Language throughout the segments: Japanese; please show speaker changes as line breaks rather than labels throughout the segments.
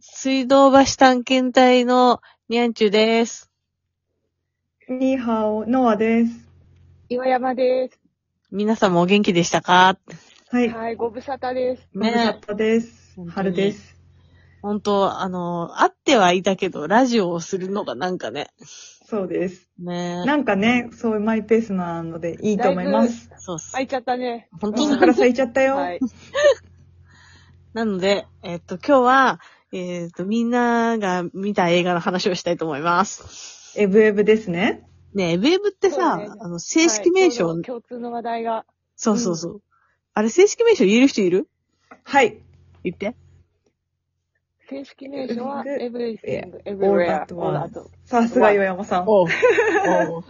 水道橋探検隊のにゃんちゅです。
ニーハオ、ノアです。
岩山です。
皆様お元気でしたか
はい。
はい、ご無沙汰です。
ご無沙
ね
汰です
本当。に
春です。
本当あの、会ってはいたけど、ラジオをするのがなんかね。
そうです。
ね
なんかね、そういうマイペースなのでいいと思います。
そうっす。
空いちゃったね。
本当
桜
だ。
咲いちゃったよ。
はい。
なので、えっと、今日は、えっと、みんなが見た映画の話をしたいと思います。
エブエブですね。
ねえ、ウェーブってさ、
そうね
あの、正式名称、
はい共通の話題が。
そうそうそう。あれ、正式名称言える人いる
はい。
言って。
正式名称は、
Everything,
everything,
all
everywhere,
at
all
once
at
さすが岩山さん。
おう。おう。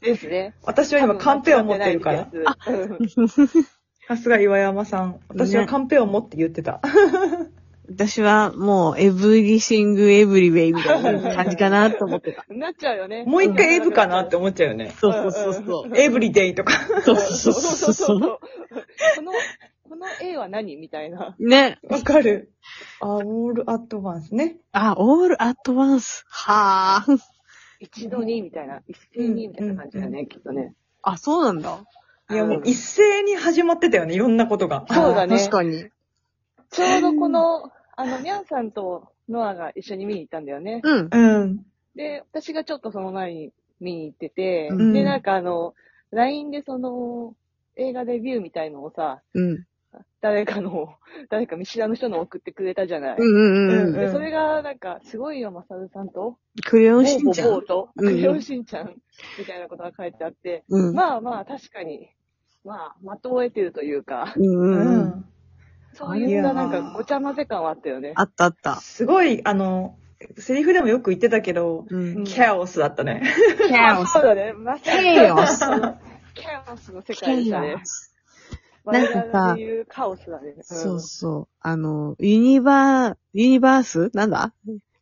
ですね。
私は今カンペを持ってるから。
あ、うん
さすが岩山さん。私は
ね
カンペを持って言ってた。
私はもう、エブリシング、エブリウェイみたいな感じかなと思ってた。
なっちゃうよね。
もう一回エブかなって思っちゃうよね。
そうそうそうそう。
エブリデイとか。
そうそうそうそうそう。
この、この A は何みたいな。
ね。
わかる。あ、オールアットワンスね。
あ、オールアットワンス。はあ。
一度に、みたいな。一斉に、みたいな感じだね、きっとね。
あ、そうなんだ。
いやもう一斉に始まってたよね。いろんなことが。
そうだね
あ確かに。
ちょうどこの、あの、ミャンさんとノアが一緒に見に行ったんだよね。
うん。
うん。
で、私がちょっとその前に見に行ってて、
うん
で、なんかあの、LINE でその、映画レビューみたいのをさ、
うん。
誰かの、 誰か見知らぬ人の送ってくれたじゃない。
うんうんうん。う
う
んん、
で、それがなんか、すごいよ、マサルさんと、
クレヨ
ボ
ンしんち
ー
ゃ
ボ
ん
ー。と、
うん
クレヨンしんちゃん、みたいなことが書いてあって、
うん。
まあまあ、確かに、まあ、的を得てるとい うか、
うんう
うん
うん。
ん。
そういうななん
いや
か
ー
ごちゃ混ぜ感はあったよね。
あったあった。
すごい、あの、セリフでもよく言ってたけど、
うん。
キャオスだったね。
キャオス
そうだね、まさに、
ケイオス。
キャオスの世界でし
ケ
た
オ
ね。
ス。なんか
我
さ
々でいうカオスだね。ん
そうそう。あの、ユニバー、ユニバースなんだ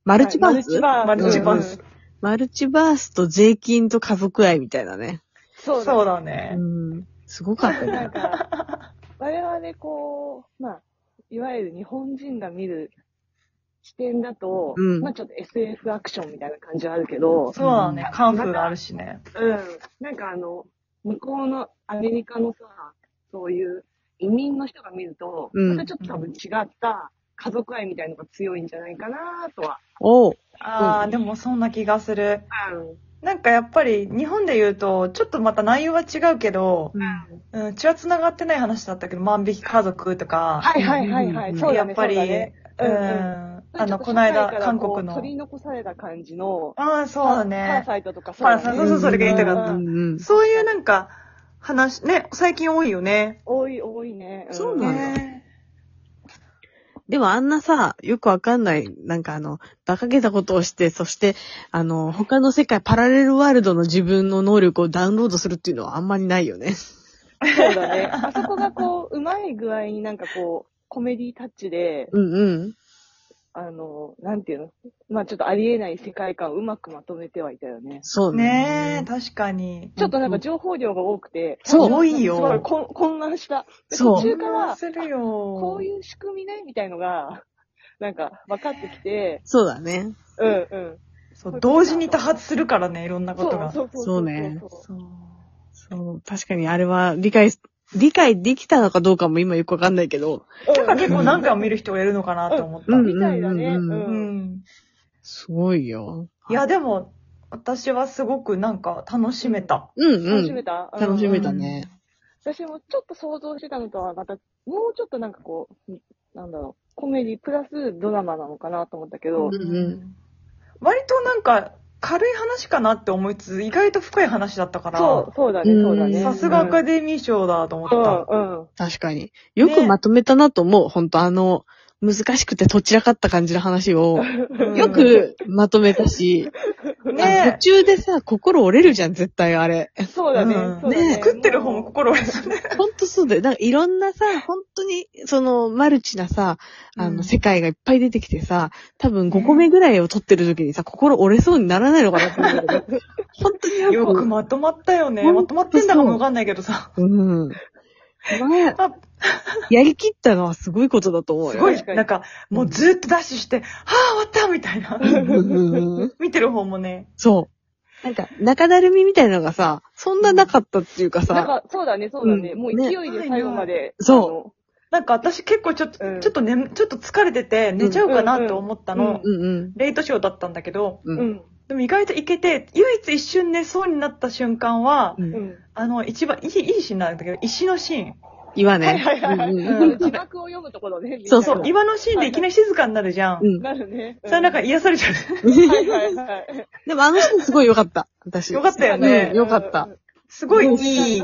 マルチバース
マルチバース。
う
マルチバースと税金と家族愛みたいなね。
そうだ
そう
ね。
だ
う
ね。
ん。すごかったね。
なんか、我々こう、まあ、いわゆる日本人が見る視点だと、
うん
まあちょっと SF アクションみたいな感じはあるけど、
そうだね。カンフーあるしね。
うん。なんかあの、向こうのアメリカのさ、そういう移民の人が見ると、
うん
またちょっと多分違った家族愛みたいのが強いんじゃないかなとは。
おう。
あー、でもそんな気がする。
うん。
なんかやっぱり、日本で言うと、ちょっとまた内容は違うけど、うん、血は繋がってない話だったけど、万引き家族とか、
はいはいはいはい。そうだ
や
ね
っぱり、
そううだね
ん、あの、この間、韓国の
取。り残された感じの、
ああ、そうだ
パラ
ね。
サイトとか
パラサイトそうそうそれが言いたかった
うんうんうん。
そういうなんか、話、ね、最近多いよね。
多い、多いね。ん
そうなの
ね
でもあんなさ、よくわかんない、なんかあの、馬鹿げたことをして、そして、あの、他の世界、パラレルワールドの自分の能力をダウンロードするっていうのはあんまりないよね。
そうだね。あそこがこう、うまい具合になんかこう、コメディタッチで、
うんうん。
あの、なんていうのまあちょっとありえない世界観をうまくまとめてはいたよね。
そう
ね
ね。
え、確かに。
ちょっとなんか情報量が多くて、
そう
多い
すごい
よ。
混混乱した。で
そう
途中から、
するよ。
こういう仕組みね、みたいのが、 なんか分かってきて、
そうだね。
うんうん。
そう、同時に多発するからね、いろんな
そ
こ
う
と
そう
が。
そうそう。
そうね
そう。
そう、確かにあれは理解、理解できたのかどうかも今よくわかんないけど。
て
なんか結構何回も見る人がいるのかなと思った。
う
うんん。
みたいだね。
う
うん。
うんすごいよ。
いや、でも、私はすごくなんか楽しめた。
うん
楽
う
しめ
ん。
た、うん
楽しめたね。
私もちょっと想像してたのとはまた、もうちょっとなんかこう、なんだろう、コメディプラスドラマなのかなと思ったけど、
うんうん
割となんか軽い話かなって思いつつ、意外と深い話だったから、
そう、そうだ
うん
ね、そうだね。
さすがアカデ
デ
ミー賞だと思った。
うん、うん。
確かに。よくまとめたなと思う。本当あの、難しくてとっちらかった感じの話を、
うん
よ、くまとめたし、あの
ね
途中でさ、心折れるじゃん、絶対あれ。
そうだね
うん、
そうだ
ね
ね。
作ってる方も心折れたね。
ほんとそうだよ。なんかいろんなさ、本当に、その、マルチなさ、あ
う
の、
ん
世界がいっぱい出てきてさ、多分5個目ぐらいを撮ってる時にさ、心折れそうにならないのかなって思うんだけど、本当に
よ
よ
く
く、
まとまったよね。
ほん
まとまってんだかもわかんないけどさ。
うん。まあ、
まあ、
やりきったのはすごいことだと思う
す
よ。
ごい
確、かに
なんか、もうずっとダッシュして、はぁ、終わったみたいな。
うんうん
見てる方もね。
そう。なんか、中だるみみたいなのがさ、そんななかったっていうか
なん
さ、
か、そうだね、そうだね。
うん
もう
ね
勢いで最後まで。
そ
なんか私結構ちょっと、
うん
ちょっとね、ちょっと疲れてて、寝ちゃうかなと思ったの。
うんうん
うんうん。
レイトショーだったんだけど、
う
あの。うん。
でも意外といけて、唯一一瞬寝そうになった瞬間は、
う。
うんん。
あの、一番いい、いいシーンなんだけど、石のシーン。
岩
はい
ね。
はいはい。
うん
うん
字幕を読むところね。
そう
そう、岩のシーンでいきなり静かになるじゃん。
うん。
なるね。
それ なんか
い
癒されちゃう。
い。はいはいはい。
でもあのシーンすごい良かった。私。
よかったよ
う
ね
ん。よかった。
すごい
うん
いい、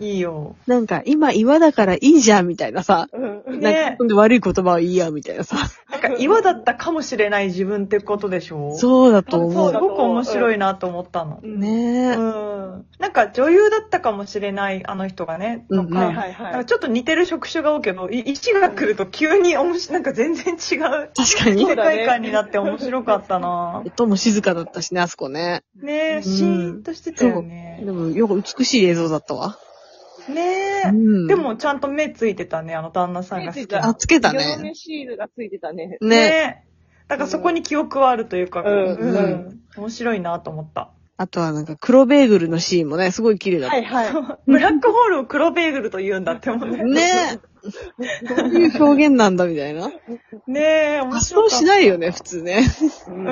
いいよ。
なんか、今岩だからいいじゃん、みたいなさ。
うん。うん。
なん
ね
か、今度悪い言葉はいいや、みたいなさ。
なんか岩だったかもしれない自分ってことでしょ
そうだと
そ
思
う
す
だ
う。
ごく面白いなと思ったの。
ねえ。
うん。なんか女優だったかもしれないあの人がね、
うん
と
うん
か、
はいはい
なん
は
か
い。
ちょっと似てる職種が多いけど、い石が来ると急に面白い、なんか全然違う
確かに
そ。う
世
だね
界観になって面白かったな
音も静かだったしね、あそこね。
ね
ん
え、シーンとしてたよね
で。も、よく美しい映像だったわ。
ね
う
え。
ん。
で、もちゃんと目ついてたね、あの旦那さんが好きな
あ、つけた
色の
ね。
ねシールがついてたね。
ね。
ねだからそこに記憶はあるというか、
うん
うん
うん面白いなと思った。
あとはなんか、黒ベーグルのシーンもね、すごい綺麗だった
は。いはい。
ブラックホールを黒ベーグルと言うんだって思うね。
ねえ。どういう表現なんだみたいな。
ねえ、面
発想
白かった
しないよね、普通ね。
う
うん。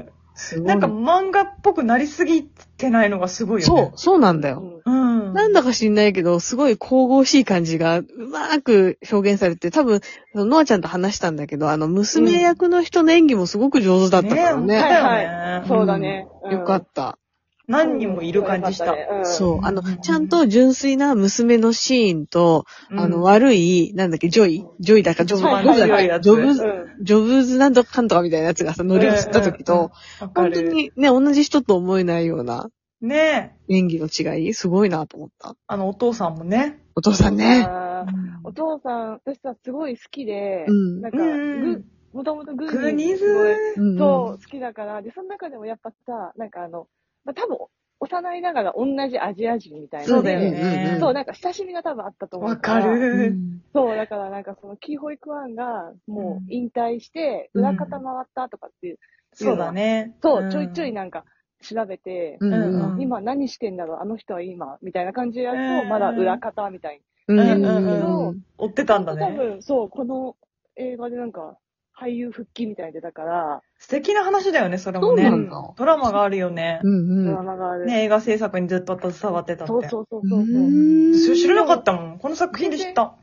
ん。
すごい
なんか漫画っぽくなりすぎてないのがすごいよ
そう
ね。、
そうなんだよ。
う。うん。
なんだか知んないけど、すごい神々しい感じがうまーく表現されて、多分、ノアちゃんと話したんだけど、あの、娘役の人の演技もすごく上手だったから
ね
ね。
え本当だ
はい
よね。
そうだね。
よか
た。
った
何人もいる感じした。
そうう。
ん
あの、ちゃんと純粋な娘のシーンと、
うん
あの、悪い、なんだっけ、ジョイジョイだか、ジョブ
はい
ジョブだ
は
か、
い
ジョブ
う
ズ、
ん。
ジョブズなんとかかんとかみたいなやつがさ、乗り移った時と、
わか
本当
る。
にね、同じ人と思えないような
ねえ。
演技の違い、すごいなと思った。
あの、お父さんもね。
お父さんね。
あーお父さん、私さ、すごい好きで、
うん
なんか、
うん
グ。もともとグ
グ
ーニ
ニ
ーズすごい
ズ
うん
そう、好きだから、で、その中でもやっぱさ、なんかあの、まあ、多分、幼いながら同じアジア人みたいな。
そうだよね
んん
そう、なんか親しみが多分あったと思う。
わか。
う
る。
ん
そう、だからなんかそのキーホイクワンがもう引退して、
うん
裏方回ったとかっていう、
そうだね。
そう、
ん
ちょいちょいなんか調べて、
うん
うん
今何してんだろう、あの人は今、みたいな感じでや
うん
る
う
と、
ん
まだ裏方みたい
うん
うんうん
うん
うん
追ってたんだ
な。多
ね。
分、そう、この映画でなんか、俳優復帰みたいでだから、
素敵な話だよね、それ
そ
も
う
ね
な。んだ。
ドラマがあるよね
う。ん
ド
う
ラ
ん。
マがある。
ね、映画制作にずっと携わってたって。
そうそうそう
う
そう。
ーん
それ知らなかったもん。この作品で知った。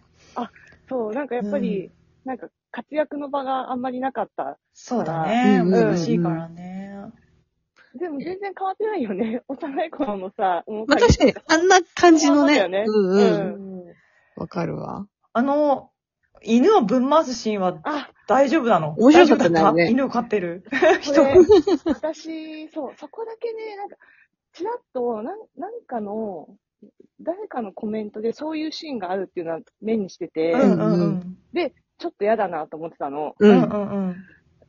そう、なんかやっぱり、なんか活躍の場があんまりなかった。
そうだね。
うん
難しいからね。
でも全然変わってないよね。 幼い頃のさ、もう
まあ確かに、あんな感じの
そ
ね
うだよね。
うん
う
うん。
ん
わかるわ。
あの、犬をぶん回すシーンは
あ、
大丈夫なの
面白かったね
大丈夫だ
あれね
犬を飼ってる。
こ
人。
れ、私、そう、そこだけね、なんか、ちらっと、なん、なんかの、誰かのコメントでそういうシーンがあるっていうのは目にしてて、
うんうんうん。
ちょっと嫌だなと思ってたの。
う
うん
ん。
うん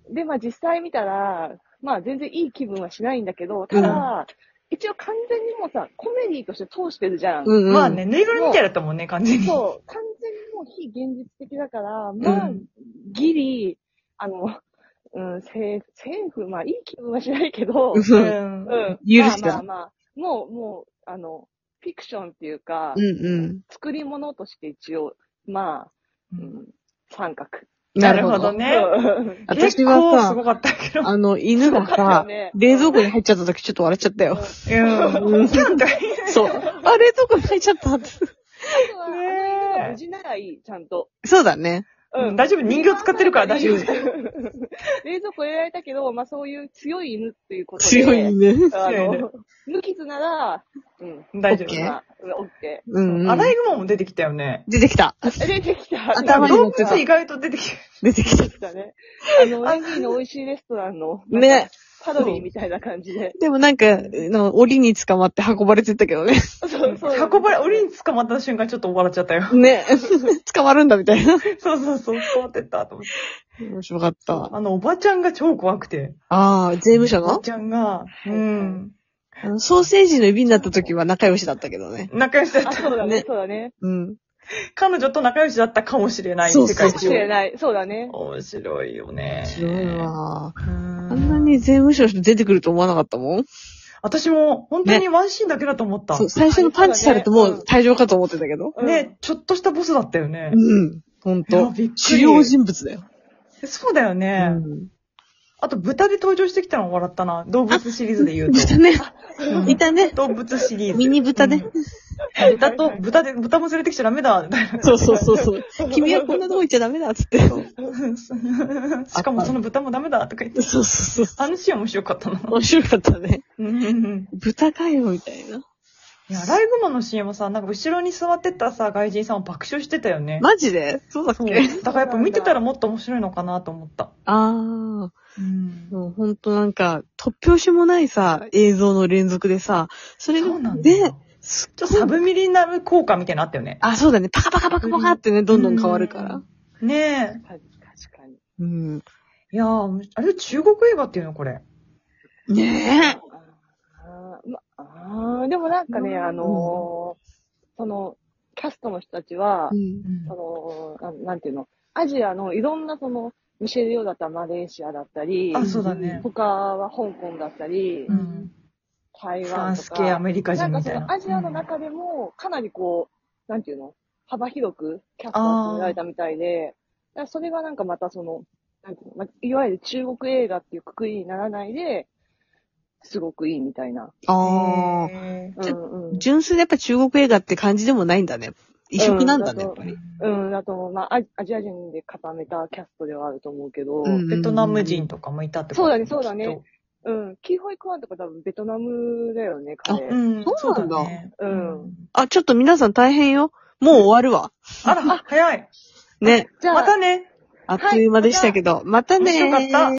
うん。
で、まあ実際見たら、まあ全然いい気分はしないんだけど、ただ、一応完全にもうさ、コメディとして通してるじゃん。
うんうん。
まあね、。ぬいぐるみみたいだったもんね、完全に。
そう、完全にもう非現実的だから、まあ、
うん
ギリ、あの、うん、セーフ、セーフ、まあいい気分はしないけど、
うん
う
うんん。
ん。
許して
まあまあまあ、もう、もう、あの、フィクションっていうか、
うん。
作り物として一応、まあ、うん、三角。
なるほど
ね。
ね。
うん
私はさ
結構すごかったけど。
あの、犬が
そうだよ
さ
ね、
冷蔵庫に入っちゃった時ちょっと笑っちゃったよ。
うん。キャンとか言いながら
そう。 あ、冷蔵庫に入っちゃったって。
あとは、
ねえ
あの犬が無事ならいい、ちゃんと。
そうだね。
うん大丈夫人形使ってるから大 丈夫
冷蔵庫入れられたけど、まあそういう強い犬っていうことで。
強いね。
あ
強いね
の、無傷なら、うん。
大丈
オッケ
夫。
ー
まあ、オッケ
うんうん。
アライグマも出てきたよね。
出てきた。
ー。出てきた。
頭に乗
動
ってた
物意外と出てきた。
出てきた。
出てき たね。あの、オレンジの美味しいレストランの、
ね。
パロディみたいな感じで。
でもなんか、あの、檻に捕まって運ばれてったけどね。
そう
運ばれ、檻に捕まった瞬間ちょっと笑っちゃったよ。
ね。 捕まるんだみたいな。
そうそうそう、捕まってったと思って。
面白かった。
あの、おばちゃんが超怖くて。
ああ、税務署
おば
の
ちゃんが、うん。
あのソーセージの指になった時は仲良しだったけどね。
仲良しだっ
あ、
た。
そうだ
ね
ね、そうだね。
うん。
彼女と仲良しだったかもしれない
そうそ
世
う
界
かもし
中
れない。そうだね。
面白いよね。
白いわ。
う
あんなに税務署出てくると思わなかったもん。
私も本当にワンシーンだけだと思った。
そう、最初のパンチされてもう退場かと思ってたけど。
うん
ね、ちょっとしたボスだったよね。
うん。ほん
いや
と
びっく。り
主要人物だよ。
そうだよ
う
ね。
ん。
あと、豚で登場してきたのも笑ったな。動物シリーズで言うと。
豚ね。
うん
いたね。
動物シリーズ。
ミニ豚ね。
豚と、豚で、豚も連れてきちゃダメ だ、みたいな。
そうそうそうそう。君はこんなとこ行っちゃダメだっつって。そう
しかもその豚もダメだ、とか言って。
そうそうそ
あのシーン面白かったな
う。。面白かったね。
うんうんうん
豚かよ、みたいな。
いや、アライグマの CM はさ、なんか後ろに座ってたさ、外人さんを爆笑してたよね。
マジでそうだっ
そう。
け
だからやっぱ見てたらもっと面白いのかなと思った。
ああ。
うん
もうほんとなんか、突拍子もないさ、映像の連続でさ、それ
そうな
が、
んだよ。
で
ちょ、
す
っとサブミリナル効果みたいなのあったよね。
あ、そうだね。パカパカパカパカってね、どんどん変わるから。
うん。ね
確かに。
うん。
え。いやー、あれ中国映画っていうのこれ。
ね
あーまあー、でもなんかね、
うん
あのーその、キャストの人たちは
え。う、ん。
そのなん、なんていうの、アジアのいろんなその、ミシェル・ヨーだったらマレーシアだったり、
あ、そうだね。
他は香港だったり、
うん。
台
フラン
湾と
ス系ア
か、
メリカ
な
人
んか
み
そ
たいな。
のアジアの中でも、かなりこう、なんていうの、幅広くキャスターを決められたみたいで、だからそれがなんかまたその、なんていうの、まあ、いわゆる中国映画っていうくくりにならないで、すごくいいみたいな。
ああ。
へ
う
ちょ
んうん。
純粋でやっぱ中国映画って感じでもないんだね。異色なんだね、
うん
やっぱり。
ー
うん、だと思う。まあ、アジアジア人で固めたキャストではあると思うけ
う
ど、うんん、
ベトナム人とかもいたってこと
そうだねそうだね
きっと
キーホイクワンとか多分ベトナムだよね、彼。
う。
うん
そうなんだ
そうね
うん。
あ、ちょっと皆さん大変よ。もう終わるわ。
あら、早い。
ね。
じゃあ、
またね。
あっという間でしたけど。また
面
ね
白かった。